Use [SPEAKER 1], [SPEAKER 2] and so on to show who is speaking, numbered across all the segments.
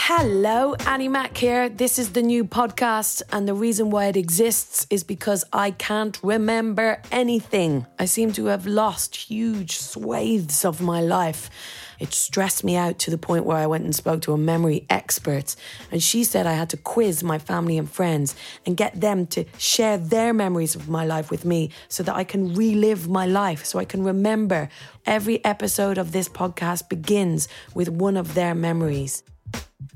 [SPEAKER 1] Hello, Annie Mack here. This is the new podcast, and the reason why it exists is because I can't remember anything. I seem to have lost huge swathes of my life. It stressed me out to the point where I went and spoke to a memory expert, and she said I had to quiz my family and friends and get them to share their memories of my life with me so that I can relive my life, so I can remember. Every episode of this podcast begins with one of their memories.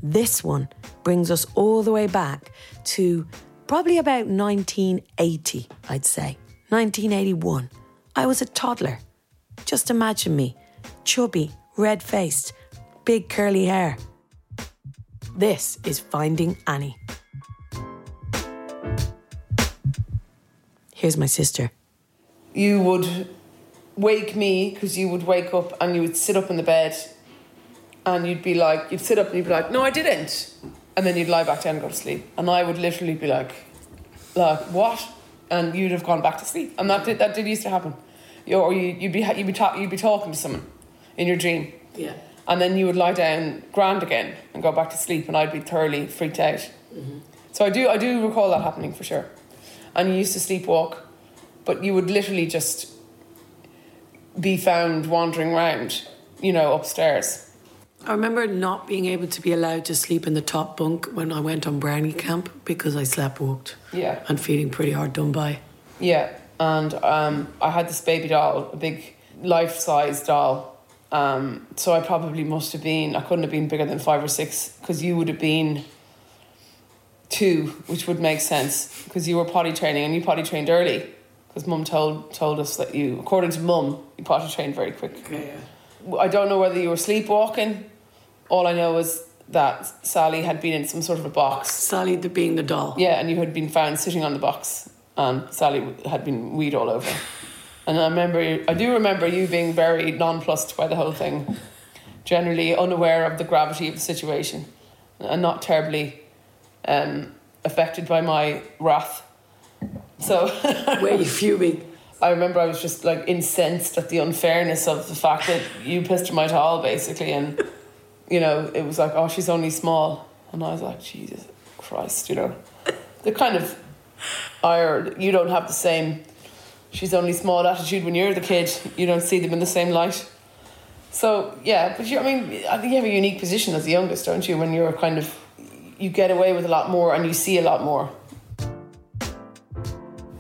[SPEAKER 1] This one brings us all the way back to probably about 1980, I'd say. 1981. I was a toddler. Just imagine me chubby, red faced, big curly hair. This is Finding Annie. Here's my sister.
[SPEAKER 2] you would wake me because you would wake up and you would sit up in the bed and you'd be like you'd sit up and you'd be like no i didn't and then you'd lie back down and go to sleep and i would literally be like like what and you'd have gone back to sleep and that did that did used to happen you, or you, you'd be ha- you'd be, ta- you'd be talking to someone in your dream
[SPEAKER 1] Yeah.
[SPEAKER 2] and then you would lie down grand again and go back to sleep and i'd be thoroughly freaked out so i do i do recall that happening for sure and you used to sleepwalk but you would literally just be found wandering around you know upstairs
[SPEAKER 1] I remember not being able to be allowed to sleep in the top bunk when I went on brownie camp because I sleepwalked.
[SPEAKER 2] Yeah.
[SPEAKER 1] And feeling pretty hard done by.
[SPEAKER 2] yeah and um, i had this baby doll a big life-size doll um, so i probably must have been i couldn't have been bigger than five or six because you would have been two which would make sense because you were potty training and you potty trained early because mum told told us that you according to mum you potty trained very quick
[SPEAKER 1] Okay.
[SPEAKER 2] I don't know whether you were sleepwalking. All I know is that Sally had been in some sort of a box.
[SPEAKER 1] Sally the being the doll.
[SPEAKER 2] Yeah, and you had been found sitting on the box, and Sally w- had been weed all over. And I remember, I do remember you being very nonplussed by the whole thing, generally unaware of the gravity of the situation, and not terribly um, affected by my wrath. So.
[SPEAKER 1] Were you fuming?
[SPEAKER 2] I remember I was just like incensed at the unfairness of the fact that you pissed her my towel basically, and you know it was like, oh, she's only small, and I was like, Jesus Christ, you know, the kind of ire you don't have the same. She's only small attitude when you're the kid. You don't see them in the same light. So yeah, but you, I mean, I think you have a unique position as the youngest, don't you? When you're kind of, you get away with a lot more and you see a lot more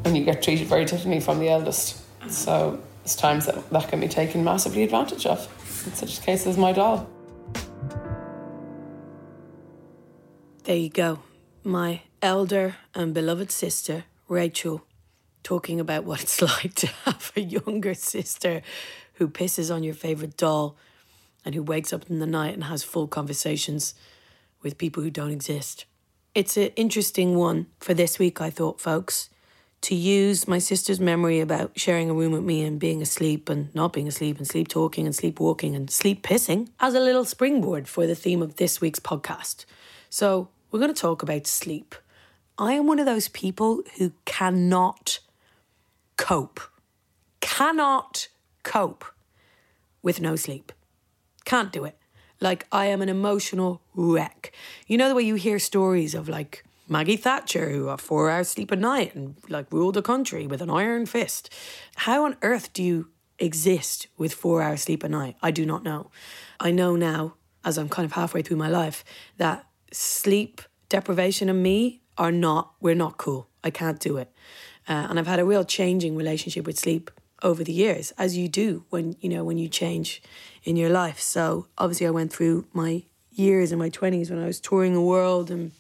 [SPEAKER 2] and you get treated very differently from the eldest. So it's times that that can be taken massively advantage of in such a case as my doll.
[SPEAKER 1] There you go. My elder and beloved sister, Rachel, talking about what it's like to have a younger sister who pisses on your favourite doll and who wakes up in the night and has full conversations with people who don't exist. It's an interesting one for this week, I thought, folks. To use my sister's memory about sharing a room with me and being asleep and not being asleep and sleep talking and sleepwalking and sleep pissing as a little springboard for the theme of this week's podcast. So, we're going to talk about sleep. I am one of those people who cannot cope, cannot cope with no sleep. Can't do it. Like, I am an emotional wreck. You know, the way you hear stories of like Maggie Thatcher, who had four hours sleep a night and like ruled the country with an iron fist. How on earth do you exist with four hours sleep a night? I do not know. I know now, as I'm kind of halfway through my life, that sleep deprivation and me are not, we're not cool. I can't do it. Uh, and I've had a real changing relationship with sleep over the years, as you do when you know when you change in your life. So obviously, I went through my years in my twenties when I was touring the world and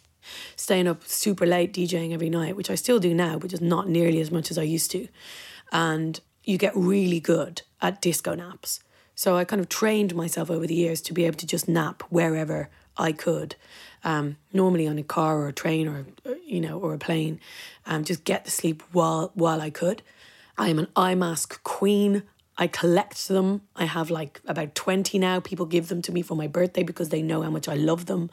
[SPEAKER 1] staying up super late DJing every night, which I still do now, but just not nearly as much as I used to. And you get really good at disco naps. So I kind of trained myself over the years to be able to just nap wherever I could. Um, normally on a car or a train or or, you know or a plane, um, just get the sleep while while I could. I am an eye mask queen. I collect them. I have like about 20 now. People give them to me for my birthday because they know how much I love them.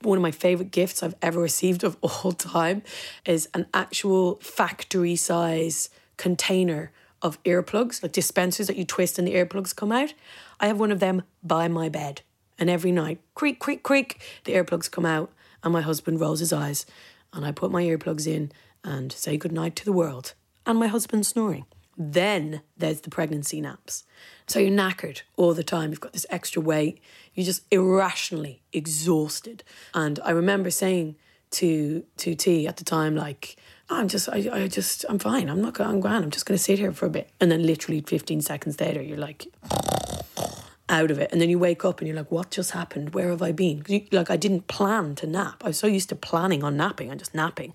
[SPEAKER 1] One of my favorite gifts I've ever received of all time is an actual factory size container of earplugs, like dispensers that you twist and the earplugs come out. I have one of them by my bed
[SPEAKER 3] And every night, creak, creak, creak, the earplugs come out, and my husband rolls his eyes. And I put my earplugs in and say goodnight to the world. And my husband snoring. Then there's the pregnancy naps. So you're knackered all the time. You've got this extra weight. You're just irrationally exhausted. And I remember saying to to T at the time, like, I'm just, I, I just, I'm fine. I'm not, gonna- I'm grand. I'm just going to sit here for a bit. And then literally 15 seconds later, you're like, out of it. And then you wake up and you're like, what just happened? Where have I been? 'Cause you- like, I didn't plan to nap. I was so used to planning on napping and just napping.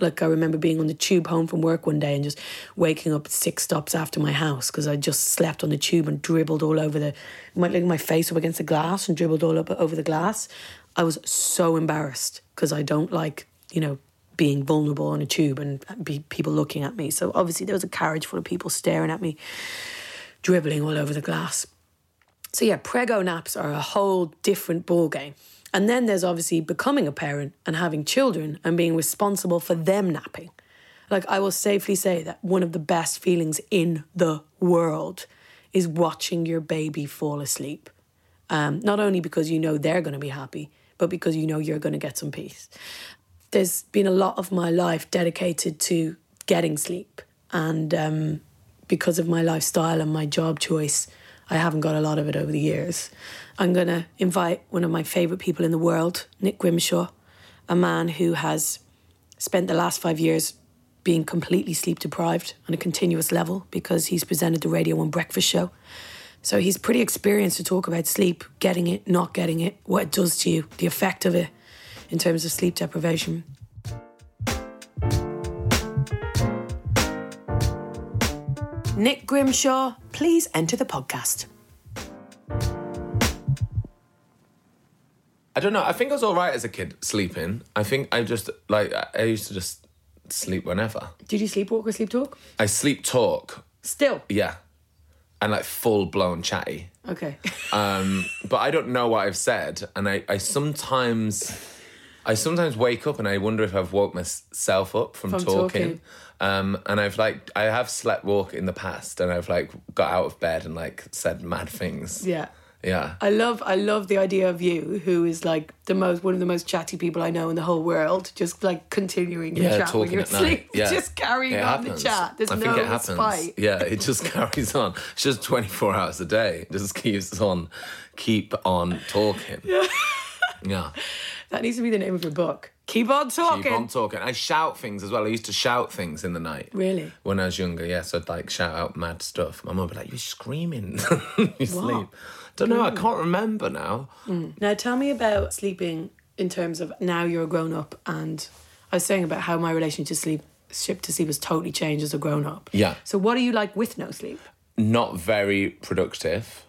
[SPEAKER 3] Like, I remember being on the tube home from work one day and just waking up six stops after my house because I just slept on the tube and dribbled all over the, my, like, my face up against the glass and dribbled all up over the glass. I was so embarrassed because I don't like, you know, being vulnerable on a tube and be, people looking at me. So obviously there was a carriage full of people staring at me, dribbling all over the glass. So yeah, prego naps are a whole different ball game. And then there's obviously becoming a parent and having children and being responsible for them napping. Like I will safely say that one of the best feelings in the world is watching your baby fall asleep. Um, not only because you know they're going to be happy, but because you know you're going to get some peace. There's been a lot of my life dedicated to getting sleep, and um, because of my lifestyle and my job choice, I haven't got a lot of it over the years. I'm going to invite one of my favourite people in the world, Nick Grimshaw, a man who has spent the last five years being completely sleep deprived on a continuous level because he's presented the Radio 1 Breakfast Show. So he's pretty experienced to talk about sleep, getting it, not getting it, what it does to you, the effect of it in terms of sleep deprivation. Nick Grimshaw, please enter the podcast.
[SPEAKER 4] I don't know. I think I was all right as a kid sleeping. I think I just like I I used to just sleep whenever.
[SPEAKER 3] Did you sleepwalk or sleep talk?
[SPEAKER 4] I sleep talk,
[SPEAKER 3] Still.
[SPEAKER 4] yeah, and like full blown chatty.
[SPEAKER 3] Okay.
[SPEAKER 4] Um, but I don't know what I've said, and I, I sometimes, I sometimes wake up and I wonder if I've woke myself up from,
[SPEAKER 3] From
[SPEAKER 4] talking.
[SPEAKER 3] talking.
[SPEAKER 4] Um, and I've like I have slept walk in the past, and I've like got out of bed and like said mad things.
[SPEAKER 3] yeah.
[SPEAKER 4] yeah.
[SPEAKER 3] I love I love the idea of you, who is like the most one of the most chatty people I know in the whole world, just like continuing your
[SPEAKER 4] Yeah,
[SPEAKER 3] chat when
[SPEAKER 4] talking
[SPEAKER 3] you're
[SPEAKER 4] at night.
[SPEAKER 3] asleep.
[SPEAKER 4] Yeah.
[SPEAKER 3] Just carrying
[SPEAKER 4] It
[SPEAKER 3] on
[SPEAKER 4] happens.
[SPEAKER 3] the chat. There's
[SPEAKER 4] I
[SPEAKER 3] no
[SPEAKER 4] think it happens.
[SPEAKER 3] spite.
[SPEAKER 4] Yeah, it just carries on. It's just 24 hours a day. It just keeps on, keep on talking. Yeah.
[SPEAKER 3] That needs to be the name of your book. Keep on talking.
[SPEAKER 4] Keep on talking. I shout things as well. I used to shout things in the night.
[SPEAKER 3] Really?
[SPEAKER 4] When I was younger, yes, I'd like shout out mad stuff. My mum would be like, You're screaming. you sleep. Don't know, I can't remember now.
[SPEAKER 3] Now tell me about sleeping in terms of now you're a grown up and I was saying about how my relationship to sleep ship to sleep has totally changed as a grown up.
[SPEAKER 4] Yeah.
[SPEAKER 3] So what are you like with no sleep?
[SPEAKER 4] not very productive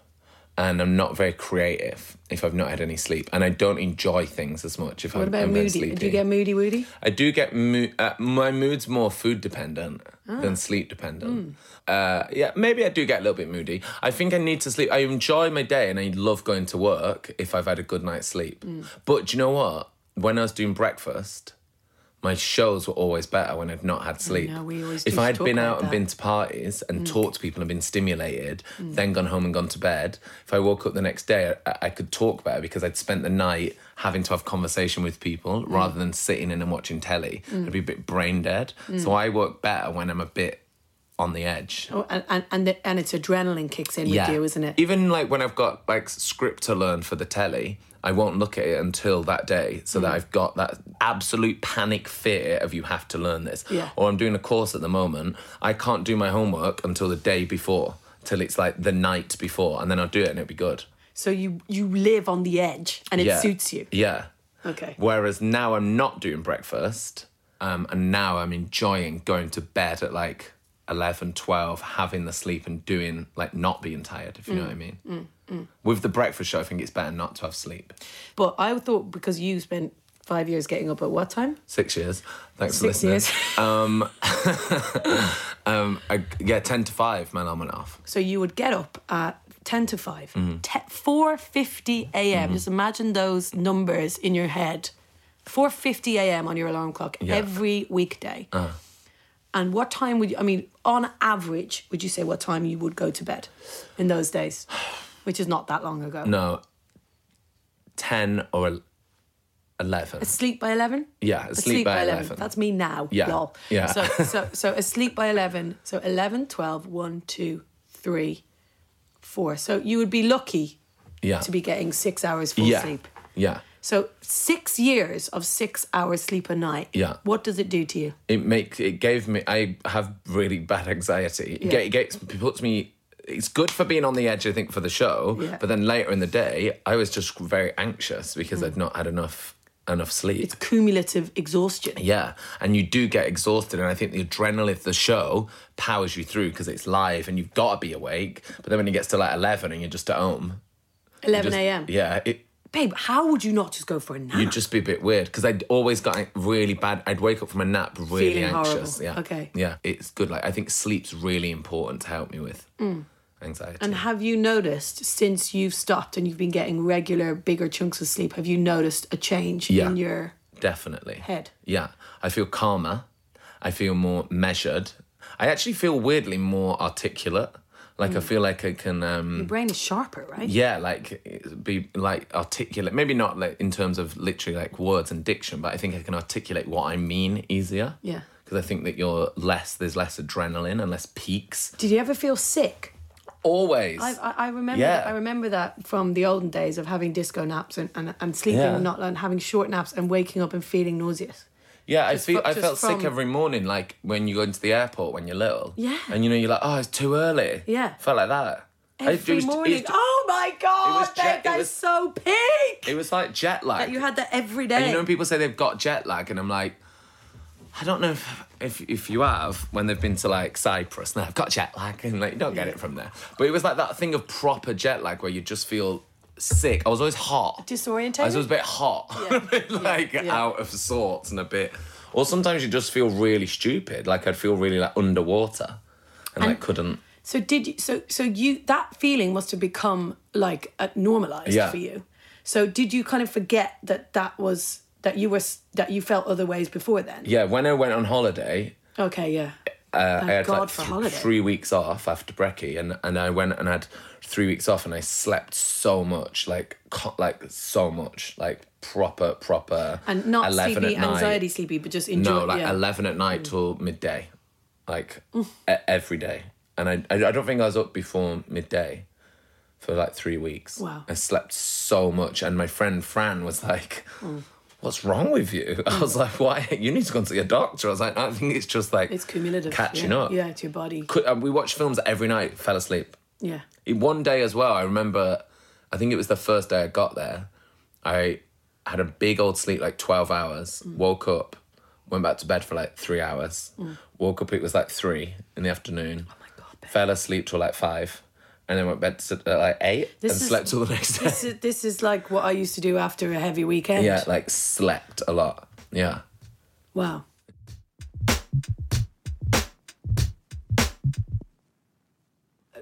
[SPEAKER 4] and I'm not very creative if I've not had any sleep. And I don't enjoy things as much if
[SPEAKER 3] What
[SPEAKER 4] I'm,
[SPEAKER 3] about
[SPEAKER 4] I'm very
[SPEAKER 3] moody?
[SPEAKER 4] sleepy.
[SPEAKER 3] Do you get moody woody?
[SPEAKER 4] I do get mo- uh, my mood's more food dependent
[SPEAKER 3] Ah.
[SPEAKER 4] than sleep dependent.
[SPEAKER 3] Hmm.
[SPEAKER 4] Uh, yeah, maybe I do get a little bit moody. I think I need to sleep. I enjoy my day and I love going to work if I've had a good night's sleep.
[SPEAKER 3] Hmm.
[SPEAKER 4] But do you know what? When I was doing breakfast, my shows were always better when I'd not had sleep.
[SPEAKER 3] know, we always
[SPEAKER 4] if
[SPEAKER 3] do
[SPEAKER 4] I'd
[SPEAKER 3] talk
[SPEAKER 4] been
[SPEAKER 3] about
[SPEAKER 4] out and
[SPEAKER 3] that. Mm.
[SPEAKER 4] been to parties and talked to people and been stimulated, then gone home and gone to bed, if I woke up the next day, I, I could talk better because I'd spent the night having to have conversation with people
[SPEAKER 3] Mm.
[SPEAKER 4] rather than sitting in and watching telly. I'd be a bit brain dead.
[SPEAKER 3] Mm.
[SPEAKER 4] So I work better when I'm a bit on the edge.
[SPEAKER 3] Oh, and and and, the, and its adrenaline kicks in with you, isn't it?
[SPEAKER 4] Even like when I've got like script to learn for the telly, I won't look at it until that day so
[SPEAKER 3] Mm.
[SPEAKER 4] that I've got that absolute panic fear of you have to learn this.
[SPEAKER 3] Yeah.
[SPEAKER 4] Or I'm doing a course at the moment, I can't do my homework until the day before, till it's like the night before, and then I'll do it and it'll be good.
[SPEAKER 3] So you you live on the edge and it
[SPEAKER 4] yeah.
[SPEAKER 3] suits you.
[SPEAKER 4] Yeah.
[SPEAKER 3] Okay.
[SPEAKER 4] Whereas now I'm not doing breakfast, um, and now I'm enjoying going to bed at like 11, 12, having the sleep and doing, like, not being tired, if you know
[SPEAKER 3] Mm.
[SPEAKER 4] what I mean. With the breakfast show, I think it's better not to have sleep.
[SPEAKER 3] But I thought because you spent five years getting up at what time?
[SPEAKER 4] Six years. Thanks
[SPEAKER 3] Six
[SPEAKER 4] for listening.
[SPEAKER 3] years.
[SPEAKER 4] Um, I, yeah, 10 to 5, my alarm went off.
[SPEAKER 3] So you would get up at 10 to 5,
[SPEAKER 4] Mm-hmm.
[SPEAKER 3] 4.50 a.m. Just imagine those numbers in your head. 4.50 a.m. on your alarm clock
[SPEAKER 4] Yeah. Uh-huh.
[SPEAKER 3] every weekday. And what time would you, I mean, on average, would you say what time you would go to bed in those days? Which is not that long ago.
[SPEAKER 4] No, ten or el- eleven.
[SPEAKER 3] Asleep by 11?
[SPEAKER 4] Yeah, asleep by 11.
[SPEAKER 3] That's me now,
[SPEAKER 4] Yeah,
[SPEAKER 3] lol.
[SPEAKER 4] yeah.
[SPEAKER 3] So, so, so asleep by 11. So 11, 12, 1, 2, 3, 4. So you would be lucky
[SPEAKER 4] yeah,
[SPEAKER 3] to be getting six hours full
[SPEAKER 4] yeah,
[SPEAKER 3] sleep.
[SPEAKER 4] yeah.
[SPEAKER 3] So six years of six hours sleep a night.
[SPEAKER 4] Yeah.
[SPEAKER 3] What does it do to you?
[SPEAKER 4] It makes it gave me. I have really bad anxiety.
[SPEAKER 3] Yeah.
[SPEAKER 4] It, ge- it gets it puts me. It's good for being on the edge, I think, for the show.
[SPEAKER 3] Yeah.
[SPEAKER 4] But then later in the day, I was just very anxious because I'd not had enough enough sleep.
[SPEAKER 3] It's cumulative exhaustion.
[SPEAKER 4] Yeah, and you do get exhausted, and I think the adrenaline of the show powers you through because it's live and you've got to be awake. But then when it gets to like eleven and you're just at home, you
[SPEAKER 3] 11
[SPEAKER 4] just-
[SPEAKER 3] a.m.
[SPEAKER 4] Yeah, it,
[SPEAKER 3] Babe, how would you not just go for a nap?
[SPEAKER 4] you'd just be a bit weird because I'd always got like, really bad. I'd wake up from a nap really
[SPEAKER 3] Feeling
[SPEAKER 4] anxious.
[SPEAKER 3] horrible.
[SPEAKER 4] Yeah,
[SPEAKER 3] Okay.
[SPEAKER 4] yeah, it's good. Like I think sleep's really important to help me with anxiety.
[SPEAKER 3] Mm. And have you noticed since you've stopped and you've been getting regular, bigger chunks of sleep, have you noticed a change
[SPEAKER 4] Yeah.
[SPEAKER 3] in your
[SPEAKER 4] Definitely.
[SPEAKER 3] head?
[SPEAKER 4] Yeah, I feel calmer. I feel more measured. I actually feel weirdly more articulate. Like
[SPEAKER 3] Mm.
[SPEAKER 4] I feel like I can. Um,
[SPEAKER 3] Your brain is sharper, right?
[SPEAKER 4] yeah like be like articulate maybe not like in terms of literally like words and diction but i think i can articulate what i mean easier
[SPEAKER 3] Yeah.
[SPEAKER 4] because i think that you're less there's less adrenaline and less peaks
[SPEAKER 3] Did you ever feel sick?
[SPEAKER 4] always
[SPEAKER 3] I, I, I remember
[SPEAKER 4] Yeah.
[SPEAKER 3] I remember that from the olden days of having disco naps and, and, and sleeping
[SPEAKER 4] Yeah.
[SPEAKER 3] and not and having short naps and waking up and feeling nauseous.
[SPEAKER 4] yeah i
[SPEAKER 3] just
[SPEAKER 4] feel
[SPEAKER 3] fro-
[SPEAKER 4] i
[SPEAKER 3] just
[SPEAKER 4] felt sick
[SPEAKER 3] from-
[SPEAKER 4] every morning like when you go into the airport when you're little
[SPEAKER 3] Yeah.
[SPEAKER 4] and you know you're like oh it's too early
[SPEAKER 3] Yeah.
[SPEAKER 4] felt like that I- it
[SPEAKER 3] Every
[SPEAKER 4] was- it was-
[SPEAKER 3] morning. oh my god,
[SPEAKER 4] was
[SPEAKER 3] babe,
[SPEAKER 4] jet- it
[SPEAKER 3] that
[SPEAKER 4] was-
[SPEAKER 3] is so peak.
[SPEAKER 4] it was like jet lag
[SPEAKER 3] That you had that every day.
[SPEAKER 4] And you know when people say they've got jet lag, and I'm like, I don't know if if, if you have when they've been to like Cyprus. No, I've got jet lag, and like you don't get it from there. But it was like that thing of proper jet lag where you just feel sick. I was always hot.
[SPEAKER 3] Disorientated?
[SPEAKER 4] I was always a bit hot,
[SPEAKER 3] Yeah.
[SPEAKER 4] a bit, like
[SPEAKER 3] yeah.
[SPEAKER 4] out of sorts, and a bit. Or sometimes you just feel really stupid. Like I'd feel really like underwater, and, like couldn't.
[SPEAKER 3] So did you? So so you that feeling must have become like uh, normalized
[SPEAKER 4] Yeah.
[SPEAKER 3] for you. So did you kind of forget that that was that you were s- that you felt other ways before then?
[SPEAKER 4] Yeah, when I went on holiday,
[SPEAKER 3] Okay, yeah.
[SPEAKER 4] Uh, I had
[SPEAKER 3] God
[SPEAKER 4] like
[SPEAKER 3] for
[SPEAKER 4] th-
[SPEAKER 3] holiday.
[SPEAKER 4] three weeks off after brekkie, and, and I went and had three weeks off, and I slept so much, like co- like so much, like proper proper.
[SPEAKER 3] And not
[SPEAKER 4] 11
[SPEAKER 3] sleepy,
[SPEAKER 4] at night.
[SPEAKER 3] anxiety sleepy, but just enjoy.
[SPEAKER 4] No, like
[SPEAKER 3] yeah. Mm.
[SPEAKER 4] eleven at night till midday, like e- every day, and I I I don't think I was up before midday. For like three weeks.
[SPEAKER 3] Wow.
[SPEAKER 4] I slept so much, and my friend Fran was like,
[SPEAKER 3] Mm.
[SPEAKER 4] What's wrong with you? I was like, Why? You need to go and see a doctor. I was like, I think it's just like
[SPEAKER 3] It's cumulative.
[SPEAKER 4] catching
[SPEAKER 3] yeah.
[SPEAKER 4] up
[SPEAKER 3] Yeah, to your body.
[SPEAKER 4] could, um, we watched films every night, fell asleep.
[SPEAKER 3] Yeah.
[SPEAKER 4] It- One day as well, I remember, I think it was the first day I got there, I had a big old sleep, like 12 hours,
[SPEAKER 3] Mm.
[SPEAKER 4] woke up, went back to bed for like three hours, woke up, it was like three in the afternoon,
[SPEAKER 3] Mm. Oh my god, babe.
[SPEAKER 4] fell asleep till like five, and then went bed to at like eight
[SPEAKER 3] This
[SPEAKER 4] and
[SPEAKER 3] is-
[SPEAKER 4] slept till the next day.
[SPEAKER 3] This is, this is like what I used to do after a heavy weekend.
[SPEAKER 4] yeah, like slept a lot. Yeah.
[SPEAKER 3] Wow.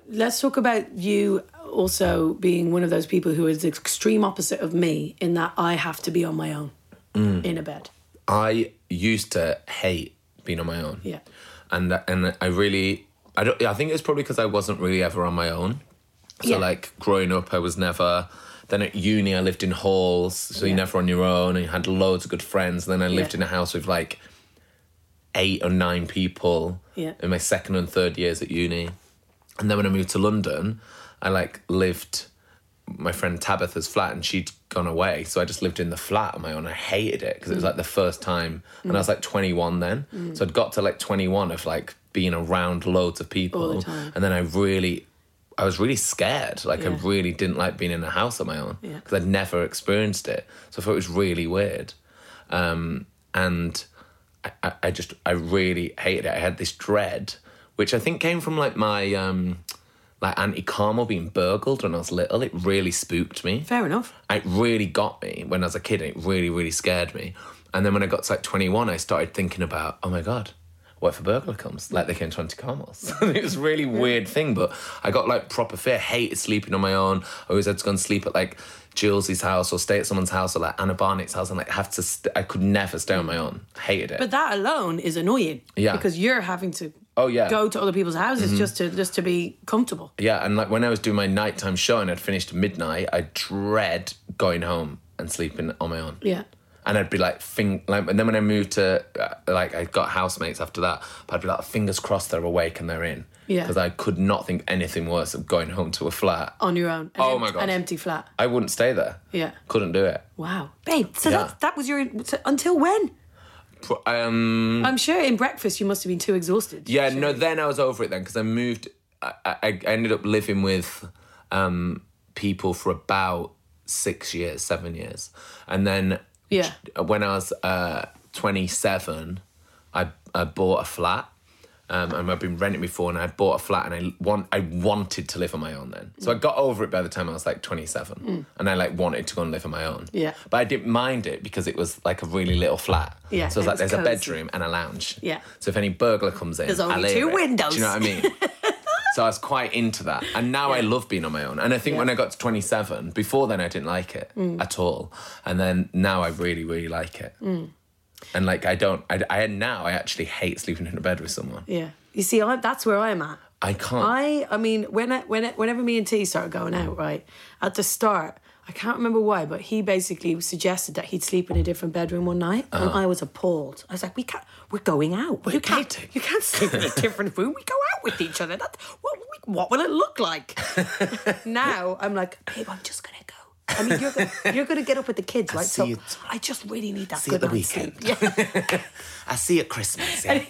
[SPEAKER 3] Let's talk about you also being one of those people who is the extreme opposite of me in that I have to be on my own
[SPEAKER 4] Mm.
[SPEAKER 3] in a bed.
[SPEAKER 4] I used to hate being on my own.
[SPEAKER 3] Yeah.
[SPEAKER 4] and and I really I don't I think it's probably because I wasn't really ever on my own. So
[SPEAKER 3] Yeah.
[SPEAKER 4] like growing up, I was never. Then at uni, I lived in halls, so
[SPEAKER 3] Yeah.
[SPEAKER 4] you're never on your own, and you had loads of good friends. And then I lived
[SPEAKER 3] Yeah.
[SPEAKER 4] in a house with like eight or nine people
[SPEAKER 3] Yeah.
[SPEAKER 4] in my second and third years at uni. And then when I moved to London, I like lived my friend Tabitha's flat and she'd gone away. So I just lived in the flat on my own. I hated it because it was like the first time. And I was like 21 then. So I'd got to like 21 of like being around loads of people.
[SPEAKER 3] All the time.
[SPEAKER 4] And then I really, I was really scared. Like
[SPEAKER 3] Yeah.
[SPEAKER 4] I really didn't like being in a house on my own
[SPEAKER 3] Yeah.
[SPEAKER 4] because I'd never experienced it. So I thought it was really weird. Um, and I- I, I just I really hated it. I had this dread, which I think came from like my um like Auntie Carmel being burgled when I was little. It really spooked me.
[SPEAKER 3] Fair enough.
[SPEAKER 4] It really got me when I was a kid. and It really really scared me. And then when I got to like twenty one, I started thinking about oh my god. What if a burglar comes? Like they came to Auntie Carmel's. it was a really weird thing, but I got like proper fear. Hated sleeping on my own. I always had to go and sleep at like Jules's house or stay at someone's house or like Anna Barnett's house and like have to. St- I could never stay on my own. Hated it.
[SPEAKER 3] But that alone is annoying.
[SPEAKER 4] Yeah.
[SPEAKER 3] Because you're having to
[SPEAKER 4] Oh, yeah. Mm-hmm.
[SPEAKER 3] go to other people's houses just to just to be comfortable.
[SPEAKER 4] Yeah, and like when I was doing my nighttime show and I'd finished at midnight, I dread going home. and sleeping on my own.
[SPEAKER 3] Yeah.
[SPEAKER 4] And I'd be like, fing- like, and then when I moved to, uh, like, I got housemates after that, but I'd be like, fingers crossed they're awake and they're in.
[SPEAKER 3] Yeah.
[SPEAKER 4] Because I could not think anything worse of going home to a flat.
[SPEAKER 3] On your own. An
[SPEAKER 4] Oh
[SPEAKER 3] em-
[SPEAKER 4] my God.
[SPEAKER 3] An empty flat.
[SPEAKER 4] I wouldn't stay there.
[SPEAKER 3] Yeah.
[SPEAKER 4] Couldn't do it.
[SPEAKER 3] Wow. Babe, so
[SPEAKER 4] Yeah.
[SPEAKER 3] that, that was your. So until when?
[SPEAKER 4] Pro- Um,
[SPEAKER 3] I'm sure in breakfast you must have been too exhausted.
[SPEAKER 4] yeah, no, then I was over it then because I moved, I, I, I ended up living with um, people for about six years, seven years. And then
[SPEAKER 3] Yeah.
[SPEAKER 4] when I was uh, 27, I, I bought a flat. Um, and I've been renting before, and I bought a flat, and I want I wanted to live on my own then. So I got over it by the time I was like twenty seven, and I like wanted to go and live on my own.
[SPEAKER 3] Mm. Yeah.
[SPEAKER 4] but I didn't mind it because it was like a really little flat.
[SPEAKER 3] Yeah,
[SPEAKER 4] so
[SPEAKER 3] and
[SPEAKER 4] it was like
[SPEAKER 3] it was
[SPEAKER 4] there's a
[SPEAKER 3] cozy.
[SPEAKER 4] bedroom and a lounge.
[SPEAKER 3] Yeah.
[SPEAKER 4] So if any burglar comes in,
[SPEAKER 3] There's only
[SPEAKER 4] I'll hear
[SPEAKER 3] two
[SPEAKER 4] it.
[SPEAKER 3] windows.
[SPEAKER 4] Do you know what I mean? so I was quite into that, and now I love being on my own. And I think when I got to 27, before then I didn't like it
[SPEAKER 3] Mm.
[SPEAKER 4] at all, and then now I really, really like it.
[SPEAKER 3] Mm.
[SPEAKER 4] And like I don't, I, I now I actually hate sleeping in a bed with someone.
[SPEAKER 3] Yeah. You see, I, that's where I'm at.
[SPEAKER 4] I can't.
[SPEAKER 3] I, I mean, when I, when I, whenever me and T started going out, right, at the start, I can't remember why, but he basically suggested that he'd sleep in a different bedroom one night, and
[SPEAKER 4] Uh-huh.
[SPEAKER 3] I was appalled. I was like, "We can't. We're going out. you can't.
[SPEAKER 4] dating."
[SPEAKER 3] You can't sleep in a different room. We go out with each other. That what? What will it look like?" now I'm like, "Babe, I'm just gonna go." I mean, you're gonna, you're gonna get up with the kids, right?
[SPEAKER 4] see
[SPEAKER 3] So
[SPEAKER 4] you t-
[SPEAKER 3] I just really need that
[SPEAKER 4] see you
[SPEAKER 3] good
[SPEAKER 4] at the
[SPEAKER 3] night's sleep.
[SPEAKER 4] weekend.
[SPEAKER 3] Yeah
[SPEAKER 4] I see at Christmas. Yeah.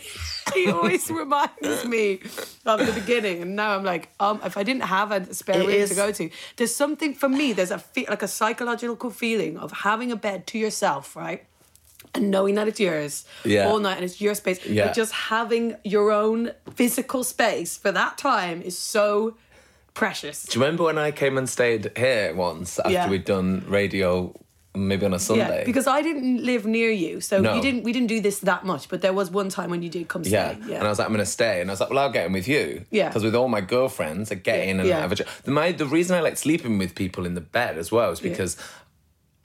[SPEAKER 3] he always reminds me of the beginning, and now I'm like, um, if I didn't have a spare
[SPEAKER 4] It
[SPEAKER 3] room
[SPEAKER 4] is-
[SPEAKER 3] to go to, there's something for me. There's a fe- like a psychological feeling of having a bed to yourself, right? And knowing that it's yours
[SPEAKER 4] Yeah.
[SPEAKER 3] all night and it's your space.
[SPEAKER 4] Yeah.
[SPEAKER 3] But just having your own physical space for that time is so precious.
[SPEAKER 4] Do you remember when I came and stayed here once after
[SPEAKER 3] Yeah.
[SPEAKER 4] we'd done radio, maybe on a Sunday?
[SPEAKER 3] Yeah, because I didn't live near you, so
[SPEAKER 4] No.
[SPEAKER 3] you didn't. We didn't do this that much, but there was one time when you did come
[SPEAKER 4] Yeah.
[SPEAKER 3] stay.
[SPEAKER 4] And I was like, I'm going to stay. And I was like, well, I'll get in with you.
[SPEAKER 3] Yeah.
[SPEAKER 4] Because with all my girlfriends, I get in and
[SPEAKER 3] Yeah.
[SPEAKER 4] have a chat. The, my, the reason I like sleeping with people in the bed as well is because.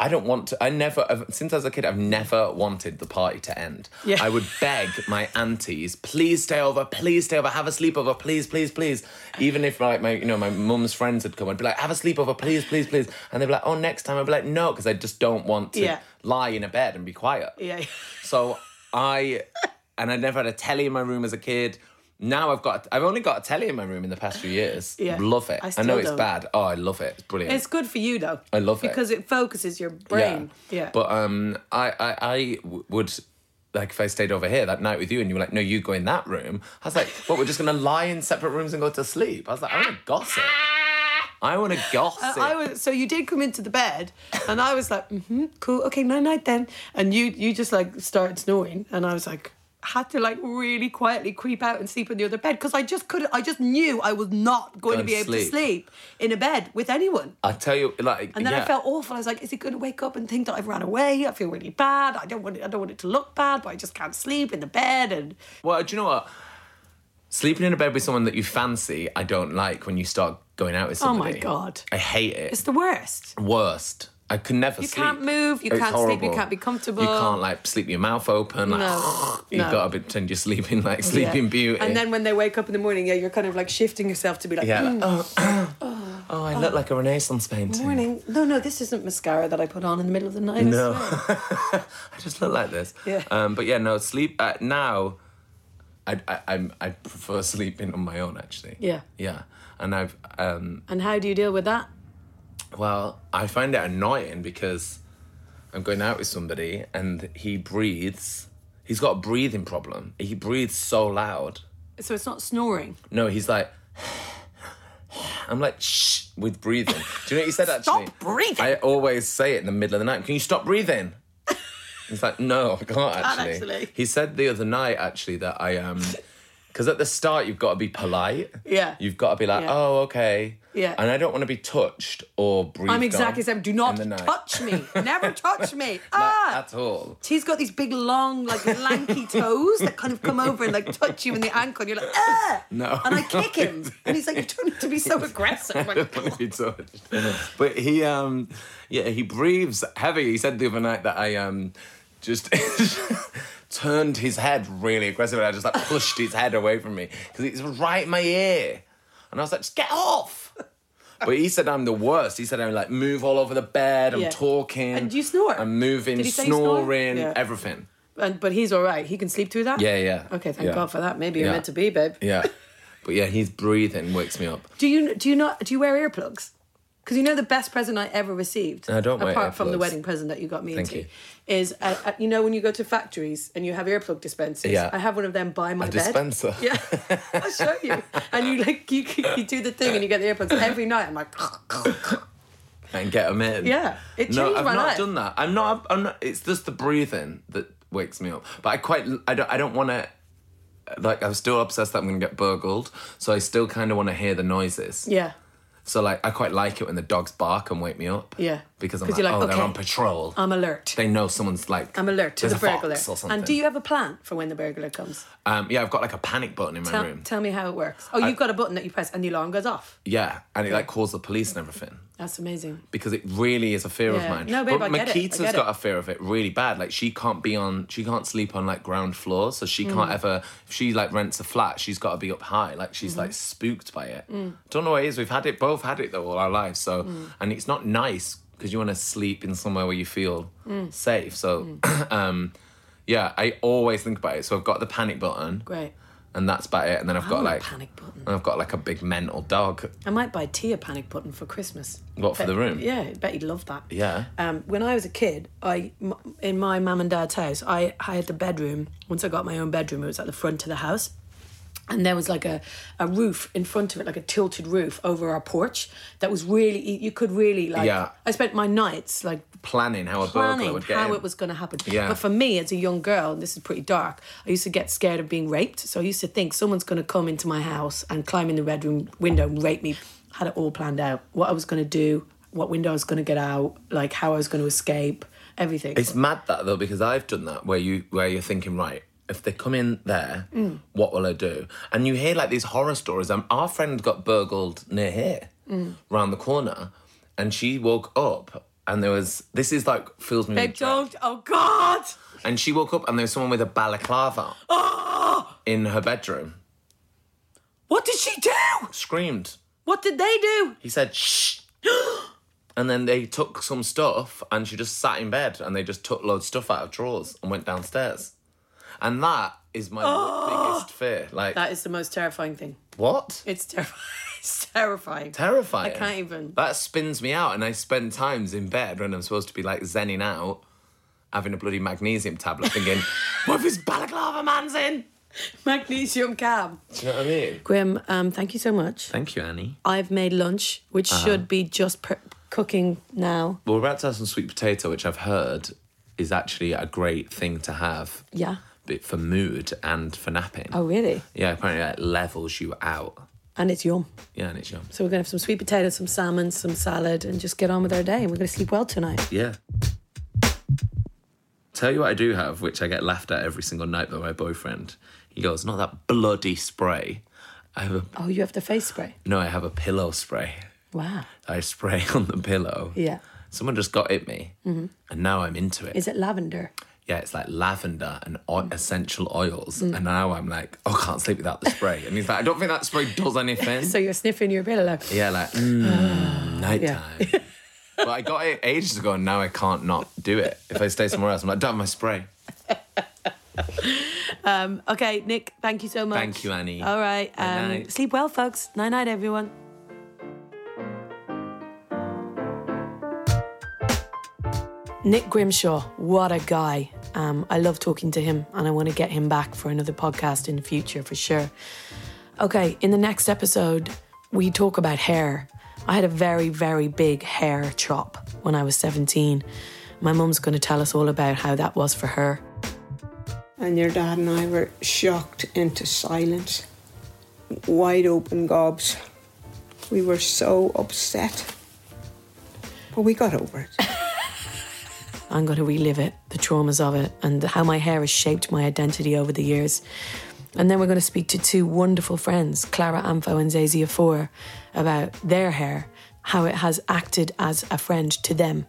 [SPEAKER 4] I don't want to. I never, I've- since I was a kid, I've never wanted the party to end.
[SPEAKER 3] Yeah.
[SPEAKER 4] I would beg my aunties, please stay over, please stay over, have a sleepover, please, please, please. Even if like my, you know, my mum's friends had come, I'd be like, have a sleepover, please, please, please. And they'd be like, oh, next time. I'd be like, no, because I just don't want to
[SPEAKER 3] Yeah.
[SPEAKER 4] lie in a bed and be quiet.
[SPEAKER 3] yeah.
[SPEAKER 4] So I and I'd never had a telly in my room as a kid. Now I've got I've only got a telly in my room in the past few years.
[SPEAKER 3] Yeah.
[SPEAKER 4] Love it.
[SPEAKER 3] I
[SPEAKER 4] I,
[SPEAKER 3] still
[SPEAKER 4] know it's
[SPEAKER 3] don't.
[SPEAKER 4] bad. Oh, I love it. It's brilliant.
[SPEAKER 3] It's good for you though.
[SPEAKER 4] I love it.
[SPEAKER 3] because it focuses your brain. Yeah.
[SPEAKER 4] But um I I, I w- would like if I stayed over here that night with you and you were like, no, you go in that room. I was like, what, we're just gonna lie in separate rooms and go to sleep. I was like, I wanna gossip. I wanna gossip.
[SPEAKER 3] I was so you did come into the bed, and I was like, mm-hmm, cool, okay, night night then. And you you just like started snoring, and I was like, had to like really quietly creep out and sleep in the other bed because I just couldn't. I just knew I was not going
[SPEAKER 4] Go
[SPEAKER 3] to
[SPEAKER 4] and
[SPEAKER 3] be able to
[SPEAKER 4] sleep.
[SPEAKER 3] sleep in a bed with anyone.
[SPEAKER 4] I tell you like
[SPEAKER 3] And then
[SPEAKER 4] yeah.
[SPEAKER 3] I felt awful. I was like, is it going to wake up and think that I've ran away? I feel really bad. I don't want it. I don't want it to look bad, but I just can't sleep in the bed. And
[SPEAKER 4] Well, do you know what? Sleeping in a bed with someone that you fancy, I don't like when you start going out with
[SPEAKER 3] Oh
[SPEAKER 4] somebody.
[SPEAKER 3] my God.
[SPEAKER 4] I hate it.
[SPEAKER 3] it's the worst.
[SPEAKER 4] Worst. I can never
[SPEAKER 3] You
[SPEAKER 4] sleep.
[SPEAKER 3] can't move, you
[SPEAKER 4] It's
[SPEAKER 3] can't sleep, you
[SPEAKER 4] horrible.
[SPEAKER 3] can't be comfortable.
[SPEAKER 4] You can't like sleep with your mouth open. Like,
[SPEAKER 3] No,
[SPEAKER 4] You've
[SPEAKER 3] no.
[SPEAKER 4] got to pretend you're sleeping like Sleeping
[SPEAKER 3] Yeah.
[SPEAKER 4] Beauty.
[SPEAKER 3] And then when they wake up in the morning, yeah, you're kind of like shifting yourself to be like,
[SPEAKER 4] yeah,
[SPEAKER 3] "Mm,
[SPEAKER 4] like, oh, oh, I look like a Renaissance painting.
[SPEAKER 3] morning. No, no, this isn't mascara that I put on in the middle of the night. I
[SPEAKER 4] No,
[SPEAKER 3] swear."
[SPEAKER 4] I just look like this.
[SPEAKER 3] Yeah.
[SPEAKER 4] Um, but yeah, no sleep uh, now. I, I I'm I prefer sleeping on my own actually.
[SPEAKER 3] Yeah.
[SPEAKER 4] Yeah, and I've um
[SPEAKER 3] And how do you deal with that?
[SPEAKER 4] Well, I find it annoying because I'm going out with somebody and he breathes. He's got a breathing problem. He breathes so loud.
[SPEAKER 3] So it's not snoring.
[SPEAKER 4] No, he's like, I'm like, shh, with breathing. Do you know what he said actually?
[SPEAKER 3] Stop breathing.
[SPEAKER 4] I always say it in the middle of the night. Can you stop breathing? He's like, no, I can't actually.
[SPEAKER 3] actually.
[SPEAKER 4] He said the other night actually that I um, because at the start you've got to be polite.
[SPEAKER 3] Yeah.
[SPEAKER 4] You've got to be like,
[SPEAKER 3] Yeah.
[SPEAKER 4] oh, okay.
[SPEAKER 3] Yeah.
[SPEAKER 4] And I don't want to be touched or breathed.
[SPEAKER 3] I'm exactly the
[SPEAKER 4] on
[SPEAKER 3] same. Do
[SPEAKER 4] in
[SPEAKER 3] not
[SPEAKER 4] the night.
[SPEAKER 3] touch me. Never touch me.
[SPEAKER 4] Like,
[SPEAKER 3] Ah!
[SPEAKER 4] at all.
[SPEAKER 3] He's got these big, long, like lanky toes that kind of come over and like touch you in the ankle, and you're like, ah!
[SPEAKER 4] No,
[SPEAKER 3] And I
[SPEAKER 4] no,
[SPEAKER 3] kick him, and he's like, you don't need to be so aggressive. I'm like,
[SPEAKER 4] Don't be touched. But he, um, yeah, he breathes heavy. He said the other night that I um, just turned his head really aggressively. I just like pushed his head away from me because it was right in my ear, and I was like, "Just get off." But he said I'm the worst. He said I'm like move all over the bed. I'm
[SPEAKER 3] Yeah.
[SPEAKER 4] talking.
[SPEAKER 3] And you snore.
[SPEAKER 4] I'm moving,
[SPEAKER 3] Did he say you snore?
[SPEAKER 4] snoring,
[SPEAKER 3] Yeah.
[SPEAKER 4] everything.
[SPEAKER 3] And, but he's all right. He can sleep through that?
[SPEAKER 4] Yeah, yeah.
[SPEAKER 3] Okay, thank
[SPEAKER 4] Yeah.
[SPEAKER 3] God for that. Maybe you're
[SPEAKER 4] Yeah.
[SPEAKER 3] meant to be, babe.
[SPEAKER 4] Yeah. But yeah, his breathing wakes me up.
[SPEAKER 3] Do you do you not do you wear earplugs? Because you know the best present I ever received,
[SPEAKER 4] I don't wear
[SPEAKER 3] apart from the
[SPEAKER 4] earplugs.
[SPEAKER 3] wedding present that you got me
[SPEAKER 4] Thank
[SPEAKER 3] into,
[SPEAKER 4] you.
[SPEAKER 3] is uh, uh, you know when you go to factories and you have earplug dispensers.
[SPEAKER 4] Yeah.
[SPEAKER 3] I have one of them by my
[SPEAKER 4] A
[SPEAKER 3] bed.
[SPEAKER 4] dispenser.
[SPEAKER 3] Yeah, I'll show you. And you like you, you do the thing and you get the earplugs every night. I'm like,
[SPEAKER 4] And get them in.
[SPEAKER 3] Yeah, it
[SPEAKER 4] no,
[SPEAKER 3] changed
[SPEAKER 4] I've
[SPEAKER 3] my
[SPEAKER 4] not
[SPEAKER 3] life.
[SPEAKER 4] done that. I'm not, I'm not. It's just the breathing that wakes me up. But I quite. I don't. I don't want to. Like I'm still obsessed that I'm gonna get burgled, so I still kind of want to hear the noises.
[SPEAKER 3] yeah,
[SPEAKER 4] So like, I quite like it when the dogs bark and wake me up.
[SPEAKER 3] Yeah.
[SPEAKER 4] Because I'm
[SPEAKER 3] 'Cause
[SPEAKER 4] like,
[SPEAKER 3] you're
[SPEAKER 4] oh,
[SPEAKER 3] like,
[SPEAKER 4] they're
[SPEAKER 3] okay.
[SPEAKER 4] on patrol.
[SPEAKER 3] I'm alert.
[SPEAKER 4] they know someone's like.
[SPEAKER 3] I'm alert to
[SPEAKER 4] there's
[SPEAKER 3] the
[SPEAKER 4] a fox
[SPEAKER 3] burglar.
[SPEAKER 4] or something.
[SPEAKER 3] and do you have a plan for when the burglar comes?
[SPEAKER 4] Um, yeah, I've got like a panic button in my
[SPEAKER 3] Tell,
[SPEAKER 4] room.
[SPEAKER 3] tell me how it works. Oh, you've got a button that you press and the alarm goes off.
[SPEAKER 4] yeah, and it like calls the police and everything.
[SPEAKER 3] That's amazing.
[SPEAKER 4] because it really is a fear
[SPEAKER 3] Yeah.
[SPEAKER 4] of mine.
[SPEAKER 3] No, babe,
[SPEAKER 4] but
[SPEAKER 3] I get it, I
[SPEAKER 4] Makita's
[SPEAKER 3] get
[SPEAKER 4] got
[SPEAKER 3] it.
[SPEAKER 4] a fear of it really bad. Like she can't be on, she can't sleep on like ground floor, so she
[SPEAKER 3] Mm.
[SPEAKER 4] can't ever. If she like rents a flat, she's got to be up high. Like she's like
[SPEAKER 3] Mm-hmm.
[SPEAKER 4] spooked by it.
[SPEAKER 3] Mm.
[SPEAKER 4] Don't know what it is. We've had it both had it though all our lives. So and it's not nice because you want to sleep in somewhere where you feel
[SPEAKER 3] Mm.
[SPEAKER 4] safe. So. um yeah, I always think about it. So I've got the panic button,
[SPEAKER 3] Great.
[SPEAKER 4] and that's about it. And then I've got
[SPEAKER 3] want a
[SPEAKER 4] like
[SPEAKER 3] panic button.
[SPEAKER 4] And I've got like a big mental dog.
[SPEAKER 3] I might buy Tia a panic button for Christmas.
[SPEAKER 4] What, for
[SPEAKER 3] Bet-
[SPEAKER 4] the room?
[SPEAKER 3] Yeah, I bet he'd love that.
[SPEAKER 4] Yeah.
[SPEAKER 3] Um, when I was a kid, I m- in my mum and dad's house, I, I had the bedroom. Once I got my own bedroom, it was at the front of the house, and there was like a, a roof in front of it, like a tilted roof over our porch. That was really e, you could really like.
[SPEAKER 4] Yeah.
[SPEAKER 3] I spent my nights like
[SPEAKER 4] Planning how a burglar
[SPEAKER 3] planning
[SPEAKER 4] would get
[SPEAKER 3] how
[SPEAKER 4] in.
[SPEAKER 3] it was going to happen.
[SPEAKER 4] Yeah.
[SPEAKER 3] But for me, as a young girl, and this is pretty dark, I used to get scared of being raped. So I used to think someone's going to come into my house and climb in the red room window and rape me. Had it all planned out. What I was going to do, what window I was going to get out, like how I was going to escape, everything.
[SPEAKER 4] It's mad that though because I've done that where you where you're thinking right if they come in there what will I do and you hear like these horror stories um, our friend got burgled near here round the corner and she woke up and there was this is like fills me
[SPEAKER 3] Babe,
[SPEAKER 4] with dread.
[SPEAKER 3] don't. Oh, God.
[SPEAKER 4] and she woke up and there was someone with a balaclava
[SPEAKER 3] Oh,
[SPEAKER 4] in her bedroom
[SPEAKER 3] what did she do?
[SPEAKER 4] screamed
[SPEAKER 3] What did they do?
[SPEAKER 4] he said shh and then they took some stuff and she just sat in bed and they just took loads of stuff out of drawers and went downstairs and that is my biggest fear like
[SPEAKER 3] That is the most terrifying thing.
[SPEAKER 4] what
[SPEAKER 3] It's terrifying. it's terrifying.
[SPEAKER 4] terrifying
[SPEAKER 3] I can't even.
[SPEAKER 4] that spins me out and i spend times in bed when i'm supposed to be like zenning out having a bloody magnesium tablet thinking what if this balaclava man's in
[SPEAKER 3] Magnesium cam.
[SPEAKER 4] do you know what i mean
[SPEAKER 3] Grim, um, thank you so much.
[SPEAKER 4] thank you annie
[SPEAKER 3] I've made lunch, which should be just per- cooking now.
[SPEAKER 4] well we're about to have some sweet potato which i've heard is actually a great thing to have
[SPEAKER 3] Yeah.
[SPEAKER 4] bit for mood and for napping.
[SPEAKER 3] Oh, really?
[SPEAKER 4] Yeah, apparently that levels you out.
[SPEAKER 3] And it's yum.
[SPEAKER 4] Yeah, and it's yum.
[SPEAKER 3] So we're going to have some sweet potatoes, some salmon, some salad, and just get on with our day. And we're going to sleep well tonight.
[SPEAKER 4] Yeah. Tell you what I do have, which I get laughed at every single night by my boyfriend. He goes, "Not that bloody spray." I have a
[SPEAKER 3] Oh, you have the face spray.
[SPEAKER 4] no. I have a pillow spray.
[SPEAKER 3] Wow.
[SPEAKER 4] I spray on the pillow.
[SPEAKER 3] Yeah. Mm-hmm.
[SPEAKER 4] Someone just got at me, and now I'm into it.
[SPEAKER 3] Is it lavender? Mm.
[SPEAKER 4] yeah, it's like lavender and o- essential oils, and now I'm like, oh, I can't sleep without the spray. And he's like, I don't think that spray does anything.
[SPEAKER 3] So you're sniffing your pillow. Ah. like,
[SPEAKER 4] Yeah, like mm, nighttime. but I got it ages ago, and now I can't not do it. If I stay somewhere else, I'm like, don't have my spray.
[SPEAKER 3] Um, Okay, Nick, thank you so much.
[SPEAKER 4] Thank you, Annie.
[SPEAKER 3] All right. Um,
[SPEAKER 4] Night-night.
[SPEAKER 3] sleep well, folks. Night night, everyone. Nick Grimshaw, what a guy. Um, I love talking to him and I want to get him back for another podcast in the future for sure. Okay, in the next episode, we talk about hair. I had a very, very big hair chop when I was 17. My mum's going to tell us all about how that was for her.
[SPEAKER 5] And your dad and I were shocked into silence, wide open gobs. We were so upset. But we got over it.
[SPEAKER 3] I'm going to relive it, the traumas of it, and how my hair has shaped my identity over the years. And then we're going to speak to two wonderful friends, Clara Amfo and Zazia Four, about their hair, how it has acted as a friend to them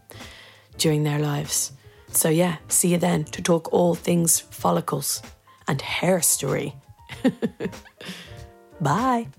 [SPEAKER 3] during their lives. So, yeah, see you then to talk all things follicles and hair story. Bye.